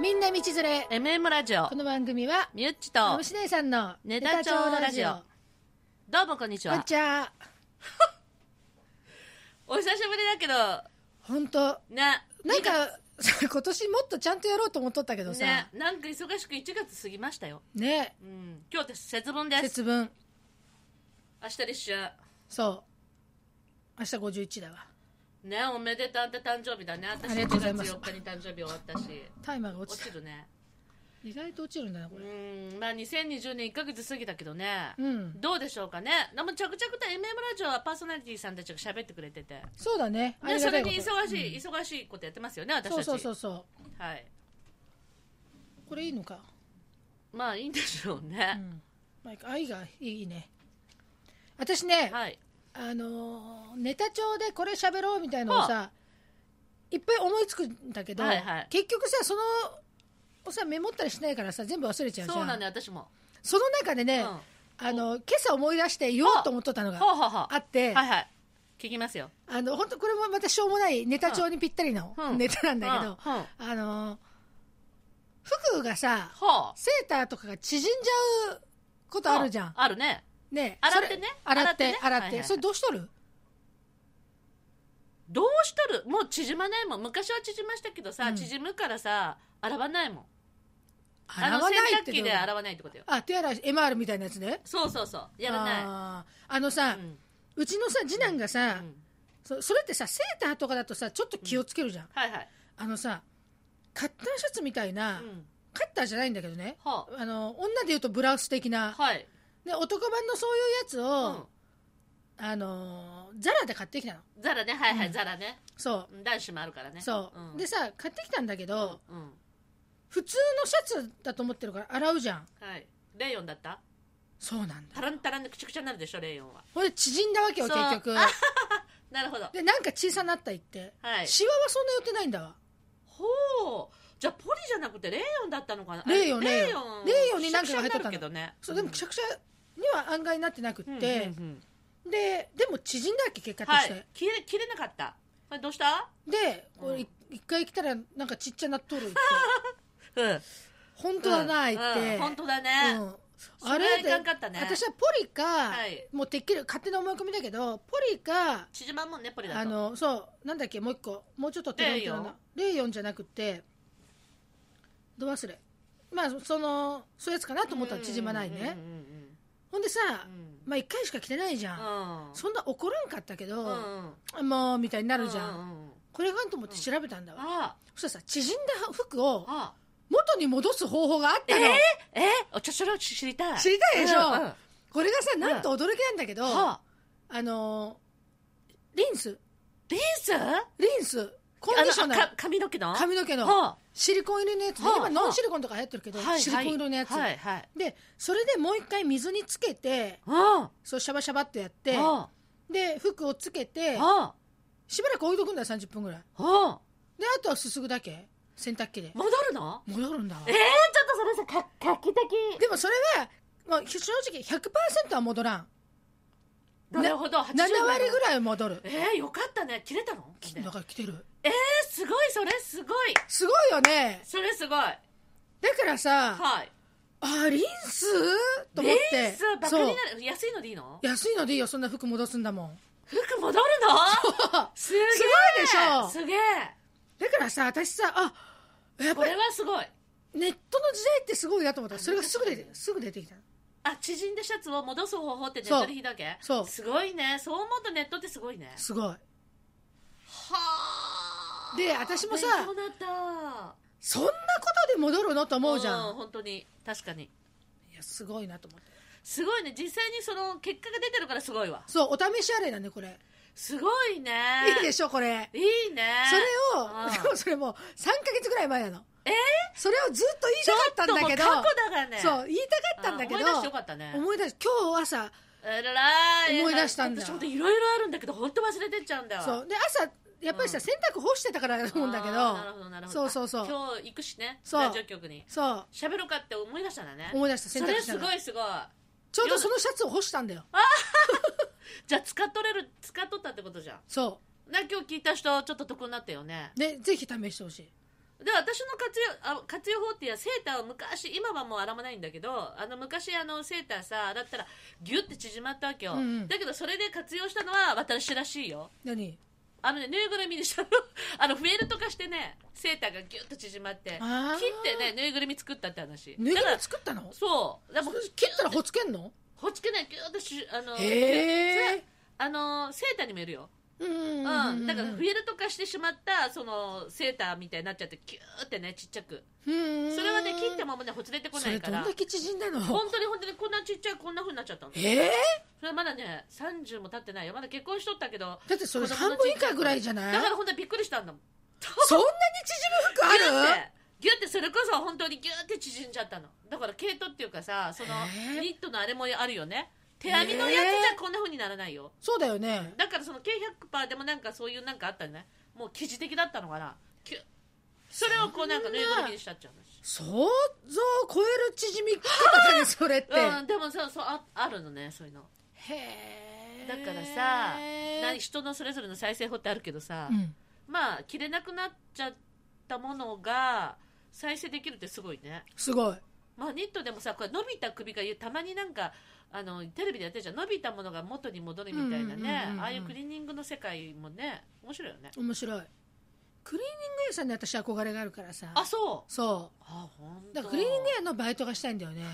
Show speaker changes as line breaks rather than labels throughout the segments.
みんな道連れ
MM ラジオ
この番組は
みゆっちと
虫姉さんの
ネタ帳のラジオどうもこんにち
こん
は
にちは
お久しぶりだ
本当
けどね
なんか今年もっとちゃんとやろうと思っとったけどさ
ねなんか忙しく1月過ぎましたよ、
ね
うん、今日私節分です
節分
明日立春
そう明日51だわ
ねおめでたんって誕生日だね私
ありがとうございます
4月4日に誕生日終わったし
タイマーが落
落
ち
ち
た
るね
意外と落ちるんだなこれ
うんまあ2020年1ヶ月過ぎたけどね、
うん
どうでしょうかねでも着々と MM ラジオはパーソナリティさんたちが喋ってくれてて
そうだねあ
で
り
そ
がた
れ
いこ
に
と
忙しい、忙しいことやってますよね私たち
そうそうそうそ
はい、
うこれいいのか
まあいいんでしょう
う
ね、
んまあいいか愛がいいね私ね
はい
あのーネタ帳でこれ喋ろうみたいなのをさいっぱい思いつくんだけど、
はいはい
結局さそのをさメモったりしないからさ全部忘れちゃうじゃん
そうなんだよ私も、
その中でね、
うん、は
あの今朝思い出して言おうと思っとったのが
あはあは
あって
あはいはい聞きますよ
あの本当これもまたしょうもないネタ帳にぴったりの
うん
ネタなんだけど、
うんうんは
あのー服がさ
あ
セーターとかが縮んじゃうことあるじゃん
あるね
ね
洗ってね
それ洗って洗って
洗ってねはいはいはい
それどうしとる
どうしとるもう縮まないもん昔は縮ましたけどさ、
うん
縮むからさ洗わないもんあ
洗
の
わ
洗
ないっ
濯
て
機
どう
で洗わないってことよ
あ手洗い MR みたいなやつね
そうそうそうやらな
あーあのさ、
い、うん
うちのさ次男がさ、
うん
そそれってさセーターとかだとさちょっと気をつけるじゃん、
はいはい、
あのさカッターシャツみたいな、
うん
カッターじゃないんだけどね
は
あの女でいうとブラウス的
あ
な、
はい、
で男版のそういうやつ
う
を
ん、
あのーザラで買ってきたの
ザラねはいはい、
うん
ザラね
そ
うん男子もあるから
う
ね
そう、
うん、
でさ買ってきたんだけど、
うん
普通のシャツだと思ってるから洗うじゃん
はいレイヨンだった
そうなんだ
タランタランでくちゃくちゃになるでしょレイヨンは
ほれ縮んだわけよ
そう
結局
なるほど
でなんか小さなった言って、
はい
シワはそんな寄ってないんだわ
ほうじゃあポリじゃなくてレイヨンだったのかな
レイヨン
あ
レイヨン
レイヨン
レイヨンになんかが入っとったの
くしゃくしゃになるけどね
そうでもくしゃくしゃには案外なってなくって、
うんうんうんうん
ででも縮んだわけ結果と
は
して、
い切れ切れなかったこれどうした
でこ
うん
れい一回来たらなんかちっちゃなっとるって
うん
本当だな言って、
うんうん本当だ
う
ね
ん
それはいかんかったね
私はポリか、
はい
もうてっきり勝手な思い込みだけどポリか
縮まんもんねポリだ
あ
と
のそうなんだっけもう一個もうちょっと手のひらのレイヨンじゃなくてど忘れまあそのそういうやつかなと思ったら縮まないね、
うんうん
ほんでさ、
うん
まあ一回しか着てないじゃん、
うん
そんな怒らんかったけど、
うんうん
もうみたいになるじゃん、
ううう
これがんと思って調べたんだわ、
あ
そしたらさ縮んだ服を
あ
元に戻す方法があったの、
ええお茶それを知りたい
知りたいでしょ
うんうんは
これがさなんと驚きなんだけど、
あ
あのーリンス
リンスあ
リンスコンディショ
の
ナー
か髪の毛の
髪の毛の
は
シリコン入りのやつで
はあ
今ノンシリコンとか流行ってるけど、
あはい
シリコン入りのやつ、
はいはい
でそれでもう一回水につけて
あ
そうシャバシャバっとやって
あ
で服をつけて
あ
しばらく置いとくんだよ30分ぐらい
あ
であとはすすぐだけ洗濯機で
戻るの
戻るんだわ
えー、ちょっとそれさか画期的
でもそれは、まあ、正直100%は戻らんな
なるほど
7割ぐ
い
らいは戻る
えー、よかったね切れたのねえ
だから来てる
ー、すごいそれすごい
すごいよね
それすごい
だからさ
はい
あリンスと思っ
リ
て
ンスバカに
そ
な
う
る安いのでいいの
安いのでいいよそんな服戻すんだもん
服戻るのすげえ
すごいでしょ
すげえ
だからさ私さあやっ
こ
ぱり
れはすごい
ネットの時代ってすごいなと思ったそれがすぐ出てすぐ出てきた
あ縮んだシャツを戻す方法ってネットで引いたわけ
そうそう
すごいねそう思うとネットってすごいね
すごい
はあ
で私もさ
勉強になった
そんなことで戻るのと思うじゃん、
ん本当に確かに
いやすごいなと思って
すごいね実際にその結果が出てるからすごいわ
そうお試しあれだねこれ
すごいね
いいでしょこれ
いいね
それ
あ
を
ー
でもそれもう3ヶ月ぐらい前なの
えー
それをずっと言いたかったんだけど
ちょっともう過去だからね
そう言いたかったんだけど
あ思い出してよかったね
思い出し今日朝
えらい
思い出したんだ
私本当いろいろあるんだけど本当忘れてっちゃうんだわ
そうで朝やっぱり
う
さ
ん
洗濯干してたからだと思うんだけ
あーなるほ
ど
どなるほど
そうそうそう
今日行くしね
そう
ラジオ局に
そう
喋ろうかって思い出したんだね
思い出した洗
そ
濯
れ
しな
す
が
ご
ら
いすごい
ちょうどそのシャツを干したんだよ
じゃあ使っとれる使っとったってことじゃん
そ
な今日聞いた人ちょっと得になったよね
うでぜひ試してほしい
で私の活用あ活用法っていうのはセーターを昔今はもう洗わないんだけどあの昔あのセーターさ洗ったらギュッて縮まったわけよ、
うんうん
だけどそれで活用したのは私らしいよ
何
あのねぬいぐるみにしたの あのフェルト化してねセーターがギュッと縮まって切
あー
ってねぬいぐるみ作ったって話
ぬいぐ
だ
る
か
み
ら
作ったの
そうでも
切ったらほつけんの
ほっつけないギュッとしあの
へ
それ
え
あのセーターにもよるよ
うんうんうん
う
うん
ん、だからフィルト化してしまったそのセーターみたいになっちゃってキューってねちっちゃく
うんうん
それはね切ったままねほつれてこ
そ
な
れ
いか
どん
ら
だけ縮んだの
本当に本当にこんなちっちゃいこんなふうになっちゃったの
ええ
それまだね30も経ってないよまだ結婚しとったけど
だってそれ半分以下ぐらいじゃ
だ
ない
から本当にびっくりしたんだもん
そんなに縮む服
ギューっ
ある
てギューってそれこそ本当にギューって縮んじゃったのだから毛糸っていうかさその
えー
ニットのあれもあるよね手編みのやつじゃこんなふうにならないよ
そうだよね
だからその毛100%でもなんかそういうなんかあったねもう記事的だったのかなキュッそれをこうなんかぬいぐるみにしたっちゃうの
想像を超える縮み方だねそれって
うんでもそうそうああるのねそういうの
へえ
だからさな人のそれぞれの再生法ってあるけどさ、
うん
まあ着れなくなっちゃったものが再生できるってすごいね
すごい
まあニットでもさこれ伸びた首がたまになんかあのテレビでやってるじゃん伸びたものが元に戻るみたい
うんう
なね
んうんうんうん
ああいうクリーニングの世界もね面白いよね
面白いクリーニング屋さんに私憧れがあるからさ
あそう
そ
あ本
う
当
だからクリーニング屋のバイトがしたいんだよね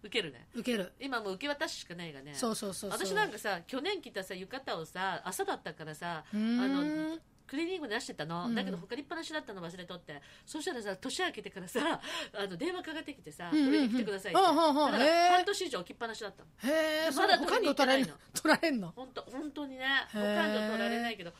受けるね
受ける
今もう受け渡ししかないがね
そうそうそうそう
私なんかさ去年着たさ浴衣をさ朝だったからさ
うーん
あのクリーニングで出してたの、
うん
だけど他りっぱなしだったの忘れとってそしたらさ年明けてからさ あの電話かかってきてさ「
うんうんうん
取りに来てください」って、
あはあはあ
だか
へえ
ら半年以上置きっぱなしだったの
へえ
まだ
他にも取
取
られ
り
ん
に行ってない
の
の
取られんの
本当本当にね
へ
保
え
管料取られないけど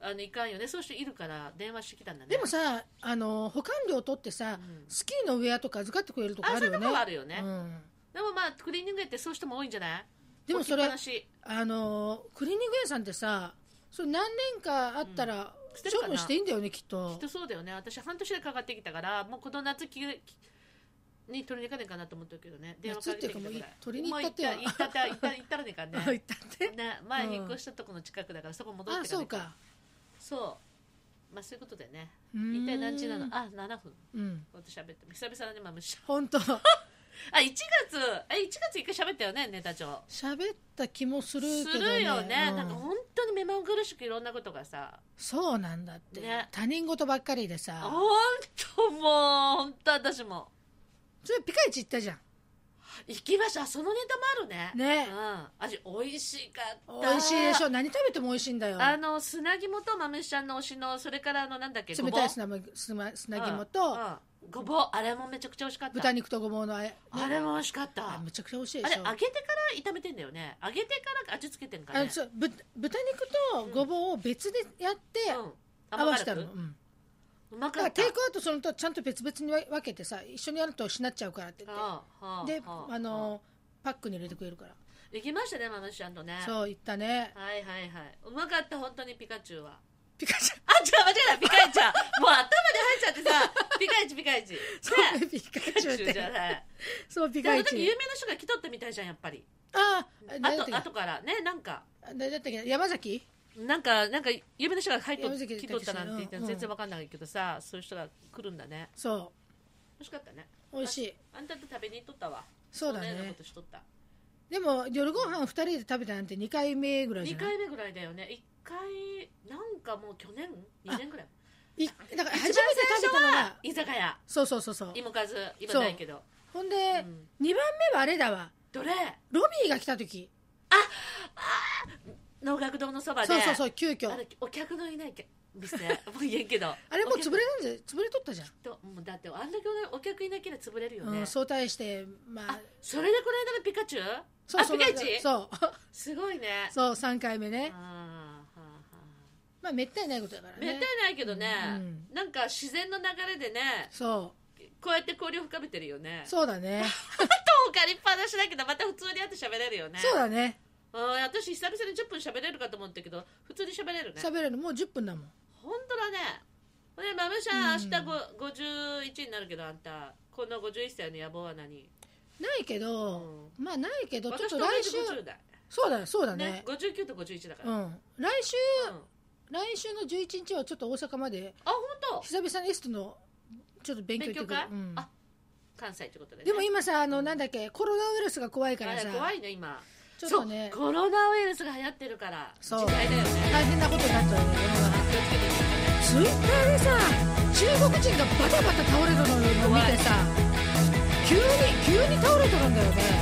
あのいかんよねそうしているから電話してきたんだね
でもさあの保管料取ってさ、
うん
スキーのウェアとか預かってくれるとこ
あ
あ
そ
る
ういう
よ
と
ね
こはあるよね、
うん、
でもまあクリーニング屋ってそういう人も多いんじゃない
でもそれ
置きっぱなし
あのクリーニング屋さんってさそれ何年かあったら、
捨てる
処
かな
分していいんだよねきっ
き
と
っとそうだよね私半年でかかってきたからもうこの夏きに取りに行かねえかなと思ってるけどね電話かけてき
夏って
た
いうかもうい
ぐらい
取りに行ったってよ
もう行った行った行った行ったらねえか
あ
ね
言ったって
ね前
うん
引っ越したとこの近くだからそこ戻っ
あ
てか
そ
ね
う
えから
か
そうまあそういうことでね
一
一体何時なの
あ
あ7分
うん
こうやって喋って久々だねまあむしゃ
本当
あ1月あ1月一回喋ったよねネタ帳
喋った気もす
す
るけど、ね、
るよね、
うん
なんか本当に目まぐるしくいろんなことがさ
そうなんだって、
ね
他人事ばっかりでさ
本当もう本当私も
それピカイチ行ったじゃん
行きましたそのネタもあるね
ね
うん、味美味しかった
美味しいでし
ょ
ょ何食べても美味しいんだよ
あの砂肝とまむしちゃんの推しのそれからあのなんだっけ
冷たい
ごぼ
砂む砂砂
う
肝
う
と
んごぼうあれもめちゃくちゃ美味しかった
豚肉とごぼうのあれ
あれも美味しかった
あ
あ
めちゃくちゃ美味しいで
れ
し
揚
ょ
げてから炒めてんだよね揚げてから味付けてんから
あ
ね
そうぶ豚肉とごぼうを別でやって
うん
合わせた
甘
の、
辛
う
く
ん、
うま
だか
からっ
テ
た
イクアウトそのとちゃんと別々にわ分けてさ一緒にやるとしなっちゃうからって言っ
はあはあ
てで
は
あのパックに入れてくれるから
行きましたねマムシちゃんとね
そう言ったね
はいはいはいうまかった本当にピカチュウは
ピカチ
あ違う間違えたピカイチャもう頭に入っち ゃってさピカイチピカイチね
ュウピ
ピ
カ
カ
チュウっ
チュウじゃ
て
ない
そうピ
でもあ
カ
の
チ
時
ュウ
有名な人が来とったみたいじゃんやっぱり
ああ
あ
誰だった
と
っけ
後からねなんか
誰だったっけ山崎
なんかなんか有名な人が入っと
山崎
来とったなんて言った
う
の
ん
全然わかんないけどさそういう人が来るんだね
そ
美味しかったね
う美味しい
あんたと食べに行っとったわ
そうだね
そんなようなことしとった
でも夜ご飯二人で食べたなんて二回目ぐらいじ
2
ゃない
回目ぐらいだよね1回なんかもう去年2年ぐらい
いだから初めて食
一
べ
番
たの
最初は
が
居酒屋
そうそうそうそう
芋数今
そう
ないけど
ほんで、
ん
二番目はあれだわ
どれ
ロビーが来た時
能楽堂のそばで
そうそうそう急遽
あれお客のいないけ店 もう言えんけど
あれもう
お
潰
客
れなんじゃ潰れとったじゃん、
ともうだってあんだけお客いなければ潰れるよ
う
ね
ん、相対してまあ
あそれでこの間のピカチュウ
そう
あ
そう
ピカイチ
そう
すごいね
そう3回目ね
あーは
まあめったにないことだから
ーはーめっ
ね
たにないけどね、
うん
なんか自然の流れでね
そ
こうやって交流を深めてるよね
うそうだね
と借りっぱなしだけどまた普通に会って喋れるよね
そうだね
うん私久々に10分喋れるかと思ったけど普通に喋れるね
喋るのもう10分だもん
本当だねほんでマムシャ
うん
ン明日ご51になるけどあんたこの51歳の野望は何
ないけど、まあないけどちょっ
私
と
と
来
同
週
じ50代
そうだそうだね
ね59と51だから
うん来週
うん
来週の11日はちょっと大阪まで
あ、本当。
久々にエストのちょっと勉強
勉
行って
強
くる
会、
うん
あ、関西ってことで、ね。
でも今さあのなんだっけコロナウイルスが怖いから
あ
さ
れ怖いね今。
ちょっとね
そうコロナウイルスが流行ってるから。
そう
時代だよね。
大変なことになっちゃうよね
あ気をつけて
ツイッターでさ中国人がバタバタ倒れてるのを見てさ急に急に倒れてるんだよね